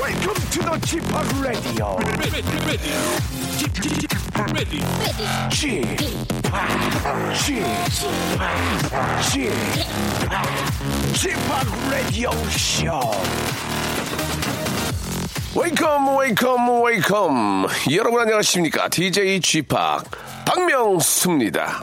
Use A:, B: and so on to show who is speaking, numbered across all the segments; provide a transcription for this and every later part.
A: Welcome to the g p o p Radio. g p o p G-POP Radio Show. Welcome, welcome, welcome. 여러분 안녕하십니까? DJ g p o p 박명수입니다.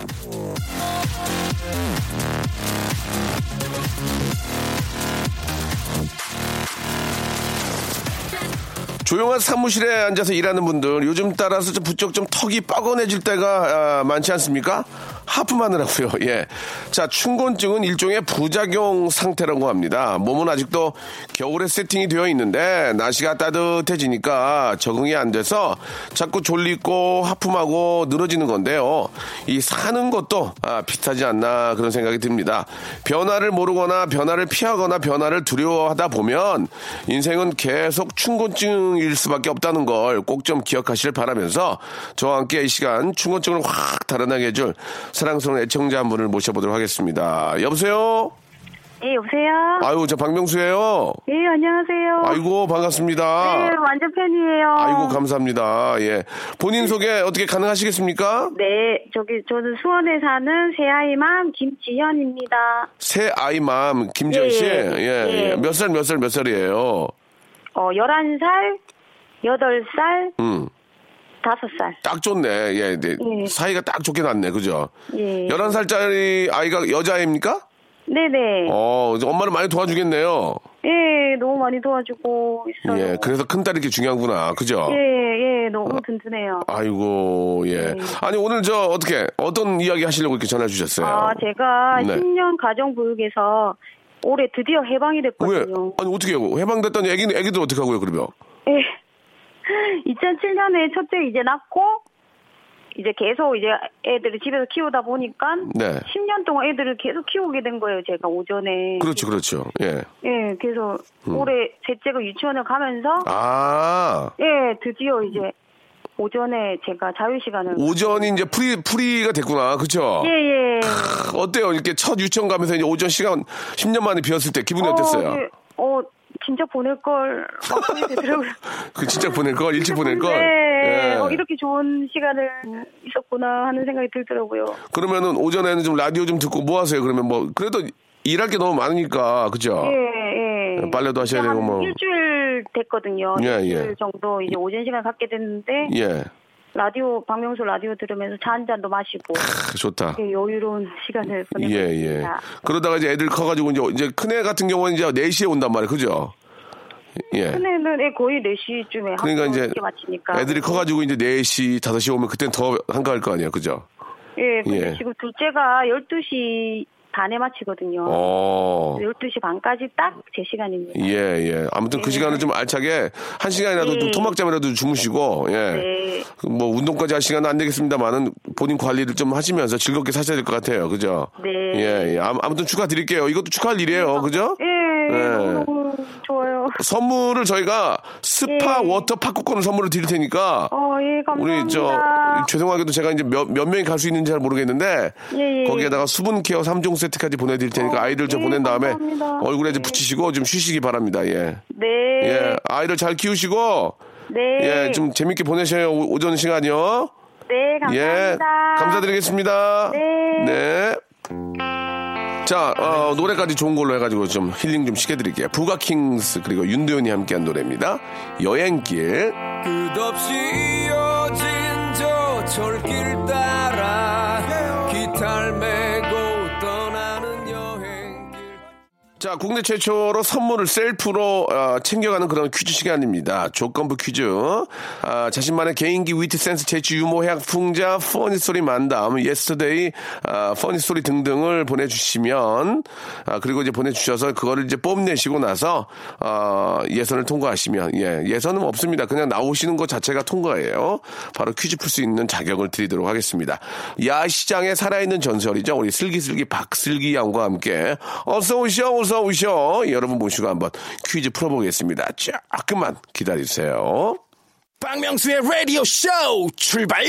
A: 조용한 사무실에 앉아서 일하는 분들 요즘 따라서 좀 부쩍 좀 턱이 뻐근해질 때가 아, 많지 않습니까? 하품하느라고요. 예. 자, 춘곤증은 일종의 부작용 상태라고 합니다. 몸은 아직도 겨울에 세팅이 되어 있는데 날씨가 따뜻해지니까 적응이 안 돼서 자꾸 졸리고 하품하고 늘어지는 건데요. 이 사는 것도 아, 비슷하지 않나 그런 생각이 듭니다. 변화를 모르거나 변화를 피하거나 변화를 두려워하다 보면 인생은 계속 충곤증일 수밖에 없다는 걸 꼭 좀 기억하시길 바라면서 저와 함께 이 시간 충곤증을 확 달아나게 해줄 사랑스러운 애청자 한 분을 모셔보도록 하겠습니다. 여보세요?
B: 예, 여보세요?
A: 아유, 저 박명수예요.
B: 예, 안녕하세요.
A: 아이고, 반갑습니다.
B: 네, 완전 팬이에요.
A: 아이고, 감사합니다. 예. 본인 소개 어떻게 가능하시겠습니까?
B: 네, 저기, 저는 수원에 사는 새아이맘 김지현입니다.
A: 새 아이맘 김지현
B: 예,
A: 씨.
B: 예.
A: 예.
B: 예.
A: 몇 살, 몇 살, 몇 살이에요?
B: 어, 11살, 8살,
A: 음.
B: 5살.
A: 딱 좋네. 예, 네.
B: 예.
A: 사이가 딱 좋게 났네. 그죠?
B: 예.
A: 11살짜리 아이가 여자입니까?
B: 네네.
A: 어, 이제 엄마를 많이 도와주겠네요.
B: 예, 너무 많이 도와주고 있어요.
A: 예. 음. 그래서 큰딸이 이렇게 중요하구나. 그죠?
B: 예, 예, 너무 든든해요.
A: 아이고, 예. 아니, 오늘 저 어떻게, 어떤 이야기 하시려고 이렇게 전화 주셨어요?
B: 아, 제가
A: 네.
B: 10년 가정보육에서 올해 드디어 해방이
A: 왜?
B: 됐거든요.
A: 아니, 어떻게 해요? 해방됐더니 애기, 애기들 어떻게 하고요, 그러면?
B: 예. 2007년에 첫째 이제 낳고 이제 계속 이제 애들을 집에서 키우다 보니까
A: 네.
B: 10년 동안 애들을 계속 키우게 된 거예요. 제가 오전에
A: 그렇죠, 음. 그렇죠. 예.
B: 예, 그래서 올해 셋째가 유치원을 가면서
A: 아.
B: 예, 드디어 이제 오전에 제가 자유 시간을
A: 오전이 이제 프리, 프리가 됐구나. 그쵸?
B: 예, 예.
A: 크, 어때요? 이렇게 첫 유치원 가면서 이제 오전 시간 10년 만에 비었을 때 기분이 어땠어요?
B: 어, 예. 어, 진짜 보낼 걸 막상 되더라고요.
A: 그 진짜 보낼 걸, 일찍 보낼 걸.
B: 네.
A: 예.
B: 어, 이렇게 좋은 시간을 있었구나 하는 생각이 들더라고요.
A: 그러면은 오전에는 좀 라디오 좀 듣고 뭐 하세요? 그러면 뭐, 그래도 일할 게 너무 많으니까. 그죠?
B: 예, 예.
A: 빨래도 하셔야 되고
B: 한
A: 뭐.
B: 일주일 됐거든요.
A: 예, 예.
B: 일주일 정도 이제 오전 시간 갖게 됐는데
A: 예.
B: 라디오 박명수 라디오 들으면서 차 한 잔도 마시고
A: 크, 아, 좋다.
B: 되게 여유로운 시간을 보내고
A: 예, 예.
B: 있습니다.
A: 그러다가 이제 애들 커가지고 이제, 이제 큰애 같은 경우는 이제 4시에 온단 말이에요. 그죠? 예.
B: 큰애는 애 거의 4시쯤에
A: 그러니까 이제
B: 마치니까
A: 애들이 커가지고 이제 4시, 5시에 오면 그땐 더 한가할 거 아니에요. 그죠?
B: 예, 근데
A: 예.
B: 지금 둘째가 12시 반에 마치거든요.
A: 어.
B: 12시 반까지 딱 제 시간입니다.
A: 예, 예. 아무튼 그 시간을 좀 알차게 한 시간이라도 좀
B: 네.
A: 토막잠이라도 주무시고, 예.
B: 네.
A: 뭐 운동까지 할 시간은 안 되겠습니다만은 본인 관리를 좀 하시면서 즐겁게 사셔야 될 것 같아요. 그죠?
B: 네.
A: 예, 예. 아무- 아무튼 축하드릴게요. 이것도 축하할 일이에요. 그죠?
B: 예, 너무 좋아요.
A: 선물을 저희가 스파
B: 예.
A: 워터 팝콘을 선물을 드릴 테니까
B: 어, 예, 감사합니다.
A: 우리 저 죄송하게도 제가 이제 몇, 몇 명이 갈 수 있는지 잘 모르겠는데
B: 예, 예.
A: 거기에다가 수분 케어 3종 세트까지 보내드릴 테니까
B: 어,
A: 아이들 저
B: 예,
A: 보낸 다음에
B: 감사합니다.
A: 얼굴에 좀
B: 예.
A: 붙이시고 좀 쉬시기 바랍니다. 예.
B: 네.
A: 예, 아이를 잘 키우시고
B: 네.
A: 예, 좀 재밌게 보내셔요 오- 오전 시간이요.
B: 네, 감사합니다.
A: 예, 감사드리겠습니다.
B: 네.
A: 네. 자, 어, 노래까지 좋은 걸로 해가지고 좀 힐링 좀 시켜드릴게요. 부가킹스 그리고 윤도현이 함께한 노래입니다. 여행길.
C: 끝없이 이어진 저 철길 따라 기타를 메고 떠나는 여행길
A: 자, 국내 최초로 선물을 셀프로 어, 챙겨가는 그런 퀴즈 시간입니다. 조건부 퀴즈. 아, 자신만의 개인기, 위트, 센스, 재치, 유머, 해학, 풍자, 퍼니 스토리 만담, 예스터데이, 아, 퍼니 스토리 등등을 보내주시면, 아, 그리고 이제 보내주셔서 그거를 이제 뽐내시고 나서, 아, 예선을 통과하시면, 예, 예선은 없습니다. 그냥 나오시는 것 자체가 통과예요. 바로 퀴즈 풀 수 있는 자격을 드리도록 하겠습니다. 야시장에 살아있는 전설이죠. 우리 슬기슬기 박슬기 양과 함께 어서 오셔 어서 오셔 여러분 모시고 한번 퀴즈 풀어보겠습니다. 조금만 기다리세요.
D: 박명수의 라디오 쇼 출발!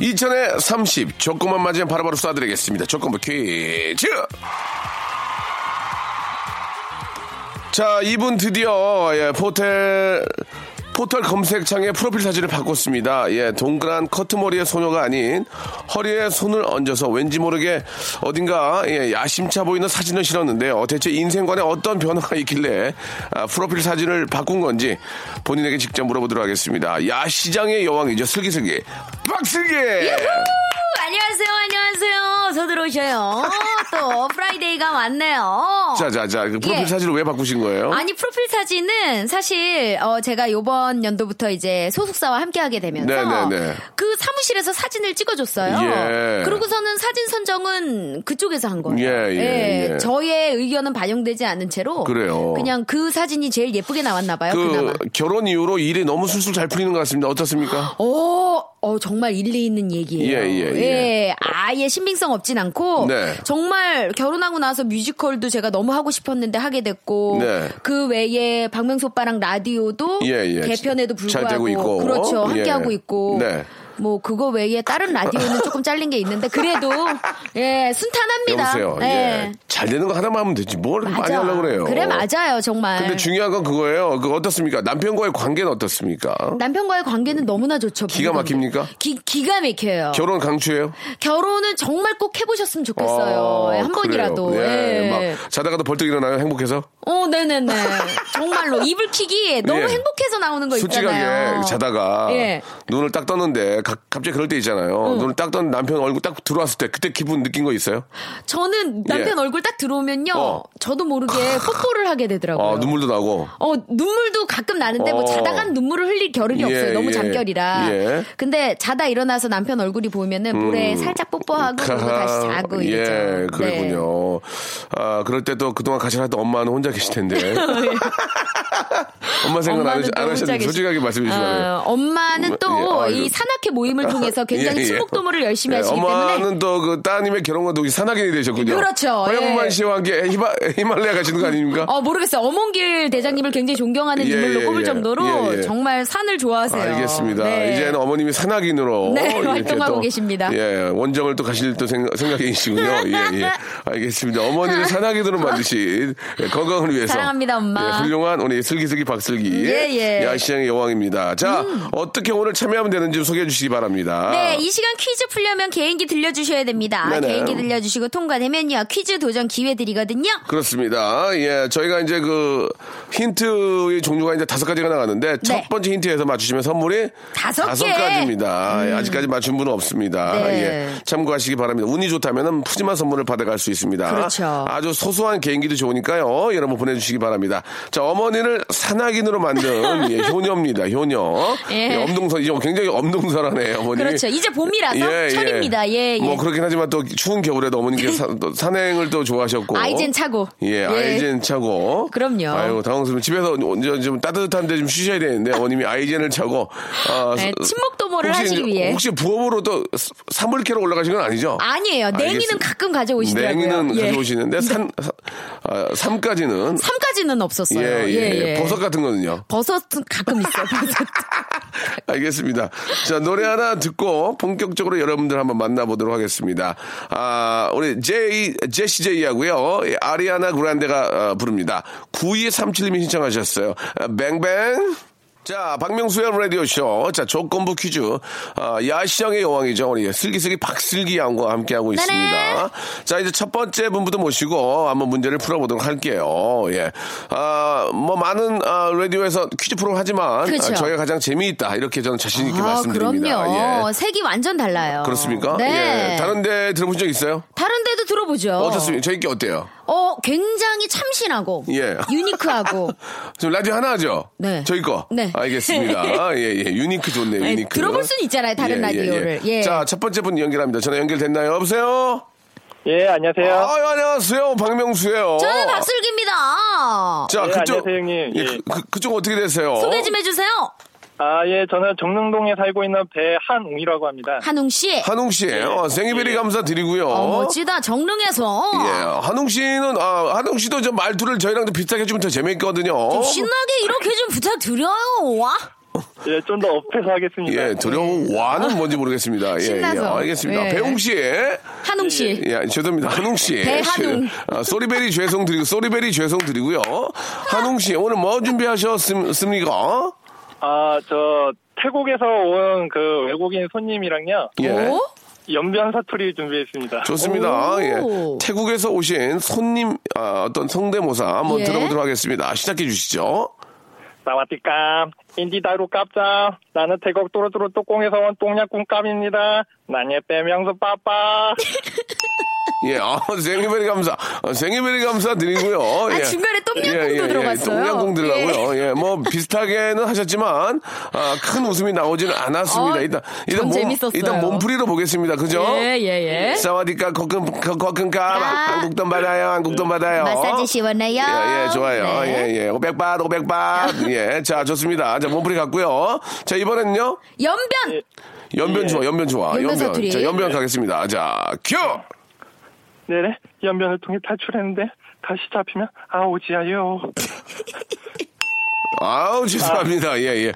A: 이천에 30 조건만 맞으면 바로바로 쏴드리겠습니다. 조건부 퀴즈. 자, 이분 드디어 예, 포털 포털 검색창에 프로필 사진을 바꿨습니다. 예, 동그란 커트머리의 소녀가 아닌 허리에 손을 얹어서 왠지 모르게 어딘가 예, 야심차 보이는 사진을 실었는데요. 대체 인생관에 어떤 변화가 있길래 아, 프로필 사진을 바꾼 건지 본인에게 직접 물어보도록 하겠습니다. 야시장의 여왕이죠. 슬기슬기. 박슬기!
E: 안녕하세요, 안녕하세요. 어서 들어오셔요. 또 프라이데이가 왔네요.
A: 자, 자, 자. 그 프로필
E: 예.
A: 사진을 왜 바꾸신 거예요?
E: 아니 프로필 사진은 사실 어, 제가 요번 연도부터 이제 소속사와 함께하게 되면서
A: 네네네.
E: 그 사무실에서 사진을 찍어줬어요.
A: 예.
E: 그러고서는 사진 선정은 그쪽에서 한 거예요.
A: 예, 예, 예.
E: 저의 의견은 반영되지 않은 채로
A: 그래요.
E: 그냥 그 사진이 제일 예쁘게 나왔나 봐요.
A: 그
E: 그나마.
A: 결혼 이후로 일이 너무 술술 잘 풀리는 것 같습니다.
E: 아,
A: 어떻습니까?
E: 오, 어, 정말 일리 있는 얘기예요.
A: 예, 예, 예.
E: 아예 신빙성 없진 않고
A: 네.
E: 정말 결혼하고 나서 뮤지컬도 제가 너무 하고 싶었는데 하게 됐고
A: 네.
E: 그 외에 박명수 오빠랑 라디오도
A: 예, 예.
E: 개편에도 불구하고
A: 잘 되고 있고.
E: 그렇죠.
A: 예.
E: 함께 하고 있고.
A: 네.
E: 뭐 그거 외에 다른 라디오는 조금 잘린 게 있는데 그래도 예, 순탄합니다.
A: 여보세요.
E: 예.
A: 예. 잘 되는 거 하나만 하면 되지. 뭘 많이
E: 맞아.
A: 하려고 그래요.
E: 그래 맞아요. 정말.
A: 근데 중요한 건 그거예요. 그 어떻습니까? 남편과의 관계는 어떻습니까?
E: 남편과의 관계는 너무나 좋죠.
A: 기가
E: 부부관계.
A: 막힙니까?
E: 기, 기가 막혀요.
A: 결혼 강추예요?
E: 결혼은 정말 꼭 해보셨으면 좋겠어요.
A: 아,
E: 예, 한
A: 그래요.
E: 번이라도.
A: 예.
E: 예.
A: 막 자다가도 벌떡 일어나요. 행복해서?
E: 어, 네네네. 정말로 이불킥이 너무
A: 예.
E: 행복해서 나오는 거 있잖아요.
A: 솔직하게 자다가
E: 예.
A: 눈을 딱 떴는데 가- 갑자기 그럴 때 있잖아요. 눈을 딱 떴는데 남편 얼굴 딱 들어왔을 때 그때 기분 느낀 거 있어요?
E: 저는 남편
A: 예.
E: 얼굴 딱 들어오면요,
A: 어.
E: 저도 모르게 뽀뽀를 하게 되더라고요.
A: 아, 눈물도 나고.
E: 어, 눈물도 가끔 나는데 뭐
A: 어.
E: 자다간 눈물을 흘릴 겨를이
A: 예,
E: 없어요. 너무
A: 예.
E: 잠결이라.
A: 예. 음.
E: 근데 자다 일어나서 남편 얼굴이 보이면은 모래 살짝 뽀뽀하고 아, 그리고 다시 자고 이러죠.
A: 예,
E: 네.
A: 그랬군요. 아, 그럴 때 또 그동안 같이 살던 엄마는 혼자 계실 텐데.
E: 네.
A: 엄마 생각 안,
E: 엄마는
A: 하시,
E: 또
A: 안
E: 혼자
A: 하셨는데
E: 계시-
A: 솔직하게 말씀해 주시면.
E: 어, 엄마는 또
A: 예, 아이고. 예,
E: 이 산악회 모임을 통해서 굉장히 친목도모를 열심히 하시기 때문에
A: 엄마는 또 그 따님의 결혼과 동시 산악인이 되셨군요.
E: 그렇죠,
A: 허영만
E: 예.
A: 씨와 함께 히바, 히말라야 가시는 거 아닙니까?
E: 어 모르겠어요. 어몽길 대장님을 굉장히 존경하는
A: 예,
E: 인물로
A: 예,
E: 꼽을
A: 예.
E: 정도로
A: 예, 예.
E: 정말 산을 좋아하세요.
A: 알겠습니다.
E: 네.
A: 이제는 어머님이 산악인으로
E: 네,
A: 이렇게
E: 활동하고
A: 또,
E: 계십니다.
A: 예, 원정을 또 가실 또 생각, 생각이시군요. 예, 예. 알겠습니다. 어머니를 산악인으로 만드신 예, 건강을 위해서
E: 사랑합니다, 엄마.
A: 예, 훌륭한 우리 슬기슬기 박슬기
E: 예, 예.
A: 야시장의 여왕입니다. 자, 어떻게 오늘 참여하면 되는지 소개해 주시기 바랍니다.
E: 네, 이 시간 퀴즈 풀려면 개인기 들려주셔야 됩니다.
A: 네네.
E: 개인기 들려주시고 통과되면요. 퀴즈 도전 기회 드리거든요.
A: 그렇습니다. 예, 저희가 이제 그 힌트의 종류가 이제 다섯 가지가 나가는데 첫 번째 힌트에서 맞추시면 선물이
E: 네. 다섯 개! 음.
A: 가지입니다. 예, 아직까지 맞춘 분은 없습니다.
E: 네.
A: 예, 참고하시기 바랍니다. 운이 좋다면 푸짐한 선물을 받아갈 수 있습니다.
E: 그렇죠.
A: 아주 소소한 개인기도 좋으니까요. 여러분 보내주시기 바랍니다. 자, 어머니를 산악인으로 만든 예, 효녀입니다. 효녀.
E: 예.
A: 예, 엄동선 이제 굉장히 엄동설하네 어머니.
E: 그렇죠. 이제 봄이라서 철입니다. 예, 예.
A: 뭐 그렇긴 하지만 또 추운 겨울에도 어머니께서 사- 또 산행을 또 좋아하셨고.
E: 아이젠 차고.
A: 예,
E: 예.
A: 아이젠 차고.
E: 그럼요.
A: 아유, 당황스러워. 집에서 언제 좀 따뜻한데 좀 쉬셔야 되는데 어머님이 아이젠을 차고. 아,
E: 네,
A: 서-
E: 침묵 도모를
A: 혹시
E: 하시기
A: 이제-
E: 위해.
A: 혹시 부업으로 또 사물캐로 올라가신 건 아니죠?
E: 아니에요. 냉이는
A: 알겠습니다.
E: 가끔 가져오시더라고요.
A: 냉이는
E: 예.
A: 가져오시는데 산 사- 아, 삼까지는
E: 3까지는 없었어요.
A: 예, 예,
E: 예, 예.
A: 버섯 같은 거는요.
E: 버섯 가끔 있어요. 버섯.
A: 알겠습니다. 자, 노래 하나 듣고 본격적으로 여러분들 한번 만나보도록 하겠습니다. 아, 우리 제이, 제시 제이하고요. 예, 아리아나 그란데가 어, 부릅니다. 9237님이 신청하셨어요. 아, 뱅뱅. 자, 박명수의 라디오쇼. 자, 조건부 퀴즈. 아, 야시장의 여왕이죠. 우리 슬기슬기 박슬기 양과 함께하고 있습니다. 자, 이제 첫 번째 분부터 모시고 한번 문제를 풀어보도록 할게요. 예. 아, 뭐 많은 아, 라디오에서 퀴즈 프로 하지만
E: 그렇죠.
A: 아, 저희가 가장 재미있다. 이렇게 저는 자신있게
E: 아,
A: 말씀드립니다.
E: 그럼요. 어,
A: 예.
E: 색이 완전 달라요.
A: 그렇습니까?
E: 네.
A: 예. 다른 데 들어본 적 있어요?
E: 데도 들어보죠.
A: 어떻습니까? 저희 게 어때요?
E: 어, 굉장히 참신하고
A: 예. 어.
E: 유니크하고
A: 지금 라디오 하나 하죠?
E: 네.
A: 저희 거?
E: 네.
A: 알겠습니다. 아, 예, 예. 유니크 좋네요,
E: 네,
A: 유니크.
E: 들어볼 수는 있잖아요, 다른 라디오를. 예.
A: 자, 첫 번째 분 연결합니다. 전화 연결됐나요? 여보세요?
F: 예, 안녕하세요.
A: 아유, 안녕하세요. 박명수예요
E: 저는 박슬기입니다.
A: 자,
F: 예,
A: 그쪽.
F: 안녕하세요, 형님.
A: 예,
F: 예.
A: 그, 그, 그쪽 어떻게 되세요?
E: 소개 좀 해주세요.
F: 아, 예, 저는 정릉동에 살고 있는 배한웅이라고 합니다.
E: 한웅 씨.
A: 한웅 씨예요 어, 생일베리 감사드리고요.
E: 어, 멋지다. 정릉에서.
A: 예, 한웅 씨는, 아, 한웅 씨도 좀 말투를 저희랑 좀 비슷하게 해주면 더 재밌거든요.
E: 좀 신나게 이렇게 좀 부탁드려요. 와.
F: 예, 좀 더 업해서 하겠습니다.
A: 예, 두려워와는 뭔지 모르겠습니다. 예,
E: 아. 신나서.
A: 예, 알겠습니다.
E: 예.
A: 배웅 씨.
E: 한웅 씨.
A: 예, 죄송합니다. 한웅 씨.
E: 배한웅.
A: 아, 소리베리 죄송 드리고, 소리베리 죄송 드리고요. 한웅 씨, 오늘 뭐 준비하셨습니까?
F: 아, 저 태국에서 온 그 외국인 손님이랑요.
A: 예.
E: 오?
F: 연변 사투리 준비했습니다.
A: 좋습니다.
E: 오.
A: 예. 태국에서 오신 손님, 아, 어떤 성대모사 한번
E: 예.
A: 들어보도록 하겠습니다. 시작해 주시죠.
F: 사와디까 인디다루 깝자 나는 태국 뚜루뚜루 뚜껑에서 온 똥냥꿍 깝입니다. 난예 빼명수 빠빠.
A: 예, 아, 생일베리 감사. 어, 생일베리 감사 드리고요.
E: 아,
A: 예.
E: 중간에 똠양꿍도 들어갔어요.
A: 똥냥꿍 들어가고요. 예. 뭐, 비슷하게는 하셨지만, 아, 큰 웃음이 나오지는 않았습니다.
E: 어,
A: 일단, 일단
E: 전
A: 몸,
E: 재밌었어요.
A: 일단 몸풀이로 보겠습니다. 그죠?
E: 예, 예, 예.
A: 사와디카, 거금, 거- 거금 가,
E: 아.
A: 한국돈 받아요, 한국돈 받아요.
E: 마사지 시원해요.
A: 어? 예, 예, 좋아요.
E: 네. 아.
A: 예, 예. 500밭, 500밭. 예, 자, 좋습니다. 자, 몸풀이 갔고요. 자, 이번에는요. 예.
E: 연변.
A: 연변 좋아, 연변 좋아.
E: 예. 연변 사투리.
A: 자, 연변 가겠습니다. 자, 큐!
F: 네네. 연변을 통해 탈출했는데 다시 잡히면 아오지아요.
A: 아우 죄송합니다. 예 예.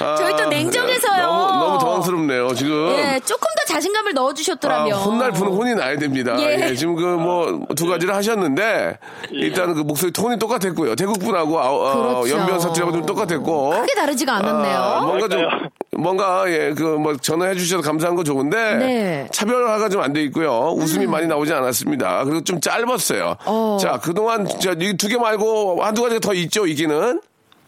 A: 아,
E: 저희 또 냉정해서요.
A: 너무 너무 당황스럽네요. 지금.
E: 예, 조금 더 자신감을
A: 음. 아,
E: 넣어주셨더라면.
A: 혼날 분은 혼이 나야 됩니다.
E: 예.
A: 예, 지금 그 뭐 두 가지를 하셨는데 일단 그 목소리 톤이 똑같았고요. 태국 분하고 아, 어,
E: 예. 그렇죠.
A: 연변 사투리하고 좀 똑같았고.
E: 크게 다르지가 않았네요.
A: 아, 뭔가 좀
F: 그러니까요.
A: 뭔가 예그 뭐 전화해 주셔서 감사한 거 좋은데
E: 네.
A: 차별화가 좀 안 돼 있고요 웃음이 많이 나오지 않았습니다 그리고 좀 짧았어요
E: 어.
A: 자 그동안 자이두개 말고 한두 가지가 더 있죠 이기는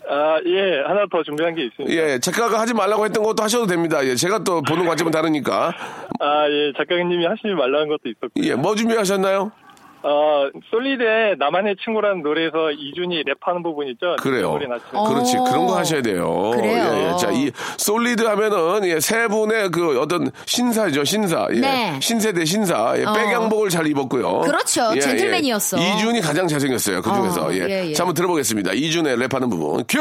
F: 아, 예, 하나 더 준비한 게 있습니다.
A: 예, 작가가 하지 말라고 했던 것도 하셔도 됩니다. 예, 제가 또 보는 관점은 다르니까.
F: 아, 예, 작가님이 하시지 말라는 것도 있었고.
A: 예, 뭐 준비하셨나요?
F: 어, 솔리드의 나만의 친구라는 노래에서 이준이 랩하는 부분 있죠?
A: 그래요.
F: 노래 났죠.
E: 어.
A: 그렇지. 그런 거 하셔야 돼요.
E: 그래요.
A: 예, 예. 자, 이 솔리드 하면은 예, 세 분의 그 어떤 신사죠, 신사. 예.
E: 네.
A: 신세대 신사. 예,
E: 어.
A: 백양복을 잘 입었고요. 예,
E: 그렇죠. 젠틀맨이었어.
A: 이준이 가장 잘생겼어요. 그 중에서.
E: 어,
A: 예.
E: 예, 예.
A: 자, 한번 들어보겠습니다. 이준의 랩하는 부분. 큐!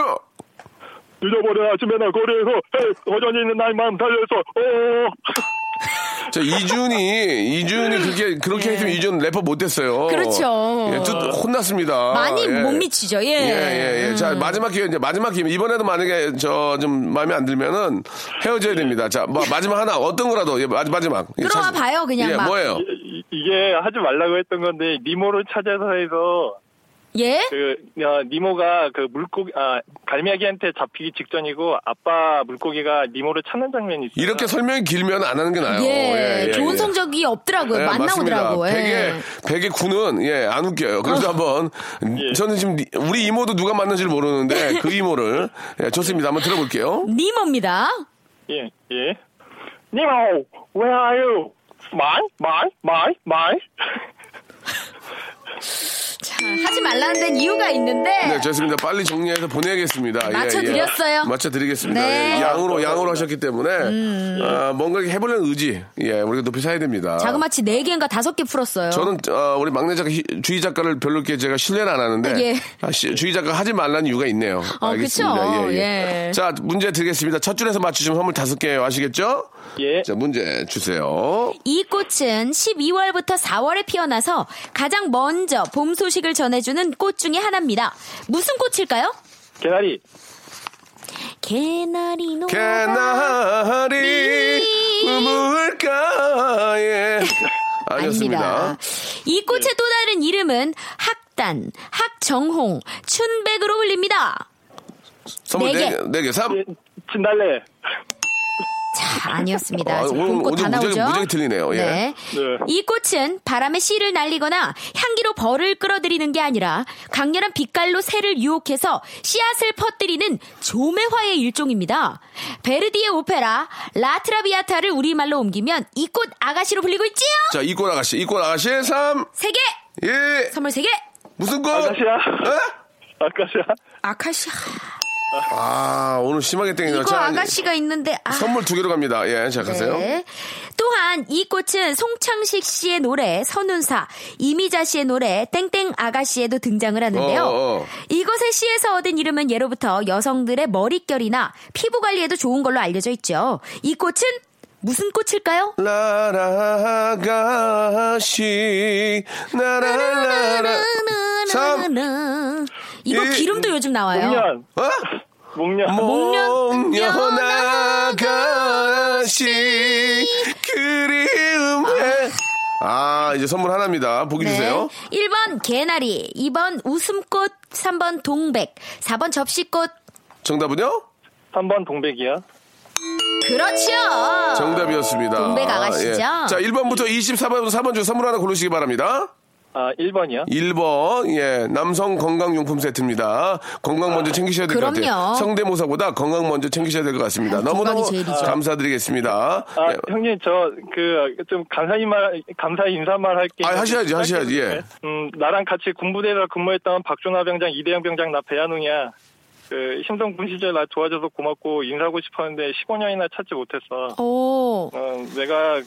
F: 잊어버린 아침에 나 거리에서 헤이, 허전히 있는 나의 마음 달려서 어. 오
A: 자, 이준이, 이준이 그렇게, 그렇게
E: 예.
A: 했으면 이준 래퍼 못됐어요.
E: 그렇죠.
A: 예, 또 혼났습니다.
E: 많이
A: 예.
E: 못 미치죠. 예. 음.
A: 예, 예, 예. 자, 마지막 기회, 이제 마지막 기회. 이번에도 만약에 저 좀 마음에 안 들면은 헤어져야 됩니다. 자, 뭐, 마지막 하나, 어떤 거라도, 예, 마- 마지막. 예,
E: 들어와
A: 자,
E: 봐요, 그냥
A: 예,
E: 막.
A: 뭐예요?
F: 이- 이게 하지 말라고 했던 건데 니모를 찾아서 해서
E: 예?
F: 그 어, 니모가 그 물고기 아 갈매기한테 잡히기 직전이고 아빠 물고기가 니모를 찾는 장면이 있어요.
A: 이렇게 설명이 길면 안 하는 게 나아요.
E: 예, 좋은 성적이 없더라고요.
A: 예,
E: 만 나오더라고요.
A: 맞습니다.
E: 예. 어.
A: 베개, 베개 군은, 예, 안 웃겨요. 그래서 한번, 저는 지금 니- 우리 이모도 누가 맞는지 모르는데, 그 이모를, 예, 좋습니다. 한번 들어볼게요.
E: 니모입니다.
F: 예 예. 니모 where are you? My my my my.
E: 자, 하지 말라는 데는 이유가 있는데.
A: 네, 좋습니다. 빨리 정리해서 보내겠습니다. 예,
E: 맞춰드렸어요.
A: 예. 맞춰드리겠습니다.
E: 네. 음.
A: 예, 양으로, 양으로 하셨기 때문에, 아, 뭔가 이렇게 해보려는 의지, 예, 우리가 높이 사야 됩니다.
E: 자그마치 네개인가 다섯 개 풀었어요.
A: 저는, 어, 우리 막내 작가, 희- 주희 작가를 별로 이렇게 제가 신뢰를 안 하는데,
E: 예.
A: 아, 시- 주희 작가 하지 말라는 이유가 있네요.
E: 어,
A: 알겠습니다.
E: 그쵸.
A: 예, 예.
E: 예.
A: 자, 문제 드리겠습니다. 첫 줄에서 맞추시면 선물 다섯 개예요 아시겠죠?
F: 예.
A: 자, 문제 주세요.
E: 이 꽃은 12월부터 4월에 피어나서 가장 먼저 봄 소식을 전해주는 꽃 중에 하나입니다. 무슨 꽃일까요?
F: 개나리
E: 개나리 노
A: 개나리 우물가에 아니었습니다.
E: 아닙니다. 이 꽃의 또 다른 이름은 학단, 학정홍, 춘백으로 불립니다.
A: 선물
E: 네 개.
A: 4개, 네개 3.
F: 예, 진달래.
E: 자, 아니었습니다.
A: 아,
E: 지금
A: 오늘-
E: 봄꽃 다
A: 오늘 무지하게-
E: 나오죠?
A: 무지하게 들리네요. 예.
E: 네.
F: 네.
E: 이 꽃은 바람에 씨를 날리거나 향기로 벌을 끌어들이는 게 아니라 강렬한 빛깔로 새를 유혹해서 씨앗을 퍼뜨리는 조매화의 일종입니다. 베르디의 오페라 라트라비아타를 우리말로 옮기면 이 꽃 아가씨로 불리고 있지요?
A: 자, 이꼴 아가씨. 이꼴 아가씨 3.
E: 세 개!
A: 예.
E: 선물 세 개!
A: 무슨 꽃?
F: 아가씨야.
A: 예?
F: 아가씨야.
E: 아카시아.
A: 아, 오늘 심하게 땡기네요.
E: 이거
A: 자,
E: 아가씨가 있는데, 아.
A: 선물 두 개로 갑니다. 예, 자, 가세요.
E: 네. 또한 이 꽃은 송창식 씨의 노래 선운사, 이미자 씨의 노래 땡땡 아가씨에도 등장을 하는데요.
A: 어, 어, 어.
E: 이것의 씨에서 얻은 이름은 예로부터 여성들의 머릿결이나 피부 관리에도 좋은 걸로 알려져 있죠. 이 꽃은 무슨 꽃일까요?
A: 라라가시, 나라라라. 삼.
E: 이거
A: 이-
E: 기름도 요즘 나와요.
F: 목련.
A: 어?
F: 목련.
A: 뭐?
E: 목련.
A: 목련아가시, 그리움에. 아, 이제 선물 하나입니다. 보기 네.
E: 네.
A: 주세요.
E: 1번 개나리, 2번 웃음꽃, 3번 동백, 4번 접시꽃.
A: 정답은요?
F: 3번 동백이야.
E: 그렇죠.
A: 정답이었습니다.
E: 동백 아가씨죠?
A: 예. 자, 1번부터 24번부터 4번 중 선물 하나 고르시기 바랍니다.
F: 아, 1번이야.
A: 1번, 예, 남성 건강용품 세트입니다. 건강 먼저 챙기셔야 될 것 같아요.
E: 그럼요.
A: 성대모사보다 건강 먼저 챙기셔야 될 것 같습니다.
E: 아유,
A: 너무너무
E: 건강이 제일이죠.
A: 감사드리겠습니다.
F: 아,
A: 예.
F: 형님, 저, 그, 좀 감사 인말, 감사 인사말 할게요.
A: 아, 하셔야지, 하셔야지, 예.
F: 음, 나랑 같이 군부대에서 근무했던 박준하 병장, 이대영 병장, 나 배한웅이야. 그, 힘든 군 시절 나 도와줘서 고맙고 인사하고 싶었는데 15년이나 찾지 못했어.
E: 오.
F: 어, 내가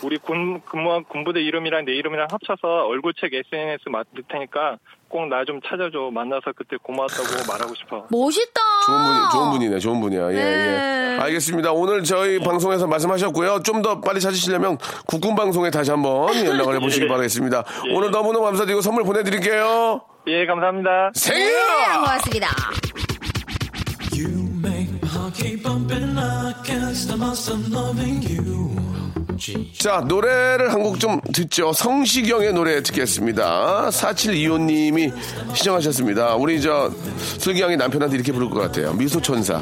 F: 우리 군, 근무한 군부대 이름이랑 내 이름이랑 합쳐서 얼굴책 SNS 만들 테니까 꼭 나 좀 찾아줘. 만나서 그때 고마웠다고 말하고 싶어.
E: 멋있다.
A: 좋은 분, 좋은 분이네, 좋은 분이야. 예,
E: 네.
A: 예. 알겠습니다. 오늘 저희 방송에서 말씀하셨고요. 좀 더 빨리 찾으시려면 국군 방송에 다시 한번 연락을 해보시기 바라겠습니다. 오늘 너무너무 감사드리고 선물 보내드릴게요.
F: 예, 감사합니다.
A: 생일!
E: 네, 고맙습니다.
C: You make my heart keep bumping. I can't stop myself loving you.
A: 자, 노래를 한 곡 좀 듣죠. 성시경의 노래 듣겠습니다. 4725님이 시청하셨습니다. 우리 저 슬기양이 남편한테 이렇게 부를 것 같아요. 미소천사.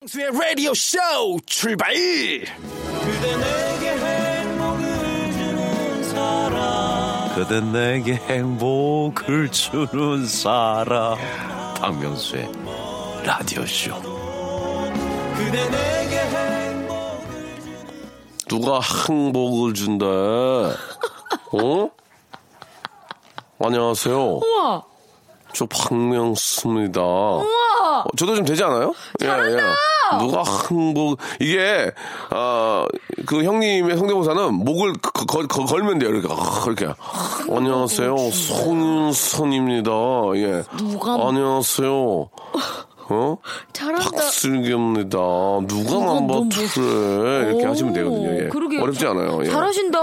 D: 박명수의 라디오 쇼 출발!
C: 그대 내게 행복을 주는 사람.
G: 그대 내게 행복을 주는 사람 박명수의 라디오쇼
C: 그대 내게 행복.
A: 누가 항복을 준대. 어? 안녕하세요.
E: 우와,
A: 저 박명수입니다.
E: 우와.
A: 어, 저도 좀 되지 않아요? 잘한다. 누가 항복 이게 아그 형님의 성대모사는 목을 거- 거- 거- 걸면 돼요. 이렇게 아, 이렇게 안녕하세요 송윤선입니다. 예.
E: 누가-
A: 안녕하세요. 어?
E: 잘한다.
A: 박슬기입니다. 누가
E: 뭔
A: 넘버
E: 뭐-
A: 투를 이렇게 하시면 되거든요. 예.
E: 그러게요.
A: 어렵지 않아요. 예.
E: 잘하신다.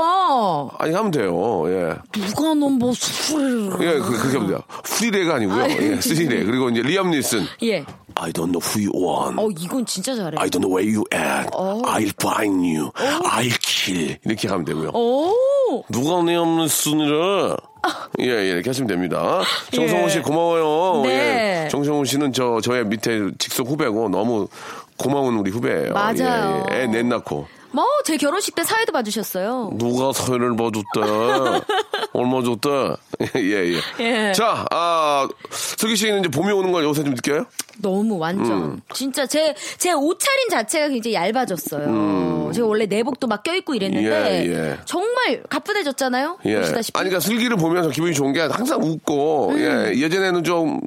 A: 아니 하면 돼요. 예.
E: 누가 뭐 넘버 수를.
A: 예, 그, 그렇게 합니다. 후리레가 아니고요. 예, 쓰리레. 그리고 이제 리암 닐슨.
E: 예.
A: I don't know who you are.
E: 어, 이건 진짜 잘해.
A: I don't know where you at. I'll find you.
E: 어.
A: I'll kill. 이렇게 하면 되고요.
E: 오.
A: 누가 내 없는 순이를 예, 예, 이렇게 하시면 됩니다. 정성훈 씨 고마워요.
E: 예. 네.
A: 예. 정성훈 씨는 저, 저의 밑에 직속 후배고 너무 고마운 우리 후배예요.
E: 맞아요.
A: 예, 예. 애넷 낳고.
E: 뭐, 제 결혼식 때 사회도 봐주셨어요.
A: 누가 사회를 봐줬대. 얼마 줬대. 예, 예.
E: 예.
A: 자, 아, 슬기 씨는 이제 봄이 오는 걸 요새 좀 느껴요?
E: 너무 완전.
A: 음.
E: 진짜 제, 제 옷차림 자체가 굉장히 얇아졌어요. 제가 원래 내복도 막 껴입고 이랬는데.
A: 음. 예, 예. 정말
E: 정말 가뿐해졌잖아요? 음.
A: 예.
E: 보시다시피.
A: 아니, 그러니까 슬기를 보면서 기분이 좋은 게 항상 웃고, 예. 예전에는 좀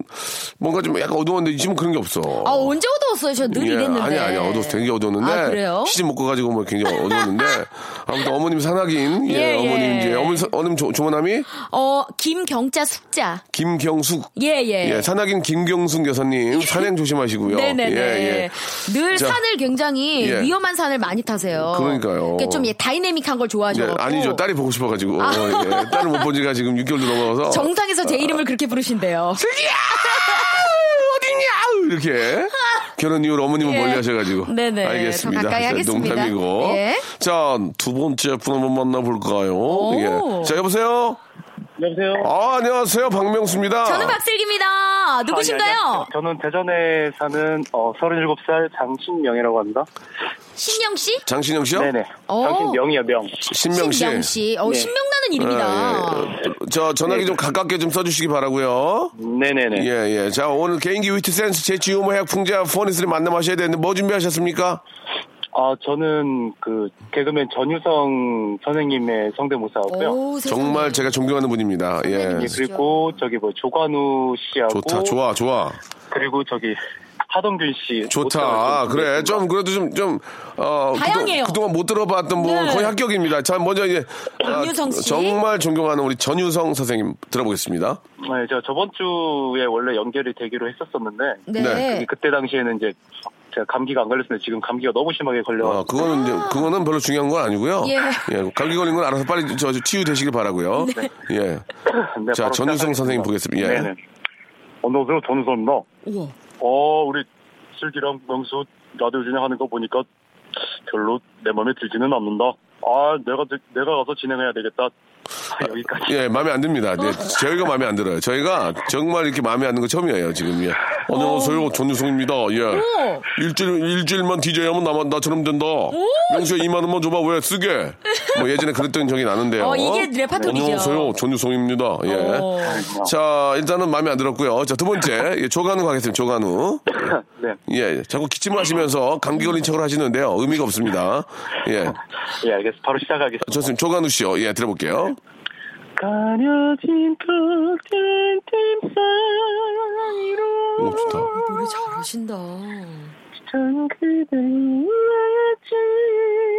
A: 뭔가 좀 약간 어두웠는데 지금 그런 게 없어.
E: 아, 언제 어두웠어요? 저 늘
A: 예,
E: 이랬는데.
A: 아니, 아니, 어두웠어. 되게 어두웠는데.
E: 아, 그래요?
A: 시집 못 가가지고 뭐 굉장히 어두웠는데. 아무튼 어머님 산악인. 예,
E: 예,
A: 어머님
E: 예.
A: 이제, 어머니, 사- 어머님 조, 조모남이?
E: 어, 김경자 숙자.
A: 김경숙.
E: 예, 예.
A: 예, 산악인 김경숙 여사님 산행 조심하시고요.
E: 네네네.
A: 예,
E: 늘
A: 자,
E: 산을 굉장히
A: 예.
E: 위험한 산을 많이 타세요.
A: 그러니까요.
E: 이게 좀 예, 다이내믹한 걸
A: 예.
E: 좋아하셔.
A: 예, 아니죠. 딸이 보고 싶어가지고
E: 아.
A: 예, 딸을 못 본 지가 지금 6개월도 넘어서
E: 정상에서
A: 아.
E: 제 이름을 그렇게 부르신대요.
A: 이렇게 결혼 이후로 어머님을
E: 예.
A: 멀리 하셔가지고
E: 네네.
A: 알겠습니다.
E: 더 가까이
A: 자,
E: 하겠습니다.
A: 농담이고
E: 예.
A: 자두 번째 분 한번 만나볼까요?
E: 오.
A: 예. 자 여보세요.
F: 여보세요.
A: 아 안녕하세요 박명수입니다.
E: 저는 박슬기입니다. 누구신가요?
F: 아, 예, 저는 대전에 사는 어, 37살 장신명이라고 합니다.
A: 어?
F: 예.
E: 신영 씨?
A: 장신영 씨요?
F: 네네.
A: 어?
E: 오.
F: 장신명이요, 명.
A: 신명 씨.
E: 신영 씨. 어,
F: 네.
E: 신명나는 이름이다.
A: 아, 예, 예. 저 전화기 좀 가깝게 좀 써주시기 바라고요.
F: 네네네.
A: 예, 예. 자, 오늘 개인기 위트 센스 재치 유머 해학 풍자 포니스를 만남하셔야 되는데 뭐 준비하셨습니까?
F: 아, 저는 그 개그맨 전유성 선생님의 성대모사였고요.
E: 오, 세상에.
A: 정말 제가 존경하는 분입니다. 예.
F: 예, 그리고 저기 뭐 조관우 씨하고
E: 어?
A: 좋다, 좋아, 좋아.
F: 그리고 저기 하동균 씨
A: 좋다.
F: 모습을
A: 아, 그래. 좀,
F: 좀 보겠습니다.
A: 그래도 좀, 좀, 어.
E: 네, 다양해요.
A: 그동, 안못 들어봤던 분
E: 네.
A: 거의 합격입니다. 자, 먼저 이제. 아,
E: 박유성 씨.
A: 정말 존경하는 우리 전유성 선생님 들어보겠습니다.
F: 네, 제가 저번 주에 원래 연결이 되기로 했었었는데
E: 네.
A: 네.
F: 그때 당시에는 이제 제가 감기가 안 걸렸는데 지금 감기가 너무 심하게
A: 아,
F: 걸려.
A: 그거는 이제, 그거는 별로 중요한 건 아니고요.
E: 네. 예.
A: 감기 걸린 건 알아서 빨리 저, 저 치유되시길 바라고요. 예.
F: 네,
A: 자,
F: 바로
A: 전유성
F: 시작하겠습니다.
A: 선생님 보겠습니다. 예.
F: 네네. 오늘도 전유성입니다.
E: 우와.
F: 어, 우리 슬기랑 명수 라디오 진행하는 거 보니까 별로 내 마음에 들지는 않는다. 아, 내가 내가 가서 진행해야 되겠다. 아, 여기까지.
A: 예, 마음에 안 듭니다. 네, 저희가 마음에 안 들어요. 저희가 정말 이렇게 마음에 안 드는 거 처음이에요, 지금. 예.
E: 어.
A: 안녕하세요, 전유성입니다. 예. 일주일, 일주일만 DJ 하면 나만, 나처럼 된다.
E: 어.
A: 명수야, 2만원만 줘봐. 왜 쓰게? 뭐 예전에 그랬던 적이 나는데요.
E: 어, 이게 레파토리죠.
A: 안녕하세요, 전유성입니다. 예.
E: 어.
A: 자, 일단은 마음에 안 들었고요. 자, 두 번째. 예, 조간우 가겠습니다, 조간우.
F: 네.
A: 예, 자꾸 기침을 하시면서 감기 걸린 척을 하시는데요. 의미가 없습니다. 예.
F: 예, 알겠어. 바로 시작하겠습니다.
A: 좋습니다. 조간우 씨요. 예, 들어볼게요.
F: 가려진 그땐 틈 사이로
A: 오, 좋다.
E: 노래 잘하신다.
F: 전 그댈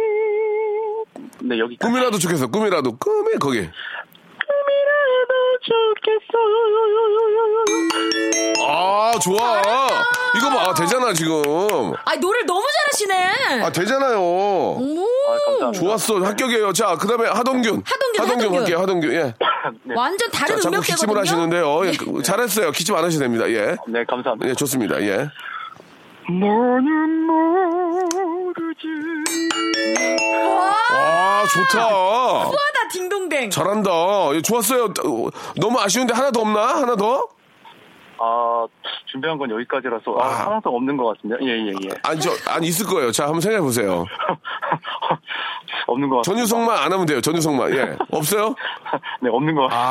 F: 울지 네, 여기
A: 꿈이라도 좋겠어. 꿈이라도 꿈에 거기.
F: 꿈이라도 좋겠어.
A: 아 좋아. 이거 봐 되잖아 지금.
E: 아, 노래를 너무 잘하시네.
A: 아 되잖아요.
E: 어머.
A: 좋았어 합격이에요. 자 그다음에 하동균.
E: 하동균, 하동균.
A: 하동균 할게요. 하동균 예.
F: 네.
E: 완전
A: 자,
E: 다른
A: 자꾸 기침을
E: 음역대거든요. 네.
A: 하시는데요. 예, 그, 잘했어요. 기침 안 하셔도 됩니다. 예.
F: 네, 감사합니다.
A: 예 좋습니다. 예.
F: 너는 모르지.
A: 아 좋다.
E: 하다 딩동댕.
A: 잘한다. 예, 좋았어요. 어, 너무 아쉬운데 하나 더 없나? 하나 더?
F: 아, 준비한 건 여기까지라서 아,
A: 아.
F: 하나도 없는 것 같습니다. 예, 예, 예.
A: 아니 저안 있을 거예요. 자 한번 생각해 보세요.
F: 없는 것 같습니다.
A: 전유성만 안 하면 돼요. 전유성만. 예. 없어요?
F: 네, 없는 것 같습니다.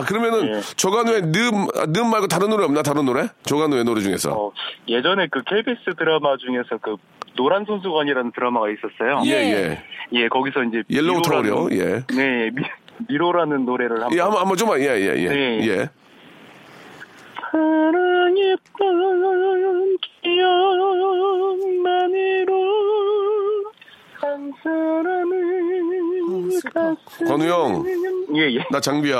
A: 아, 그러면은
F: 예.
A: 조간우의 늠, 아, 늠 말고 다른 노래 없나? 다른 노래? 조간우의 노래 중에서.
F: 어, 예전에 그 KBS 드라마 중에서 그 노란 손수건이라는 드라마가 있었어요.
A: 예,
E: 네.
A: 예.
F: 예, 거기서 이제
A: 옐로우 타월이요.
F: 미로라는-
A: 예.
F: 네, 미, 미로라는 노래를 한번
A: 예, 한번 한번 좀만. 예, 예, 예.
F: 네.
A: 예.
F: 사랑했던 기억만으로 한 아, 사람을
A: 건우 형,
F: 예예
A: 나 장비야.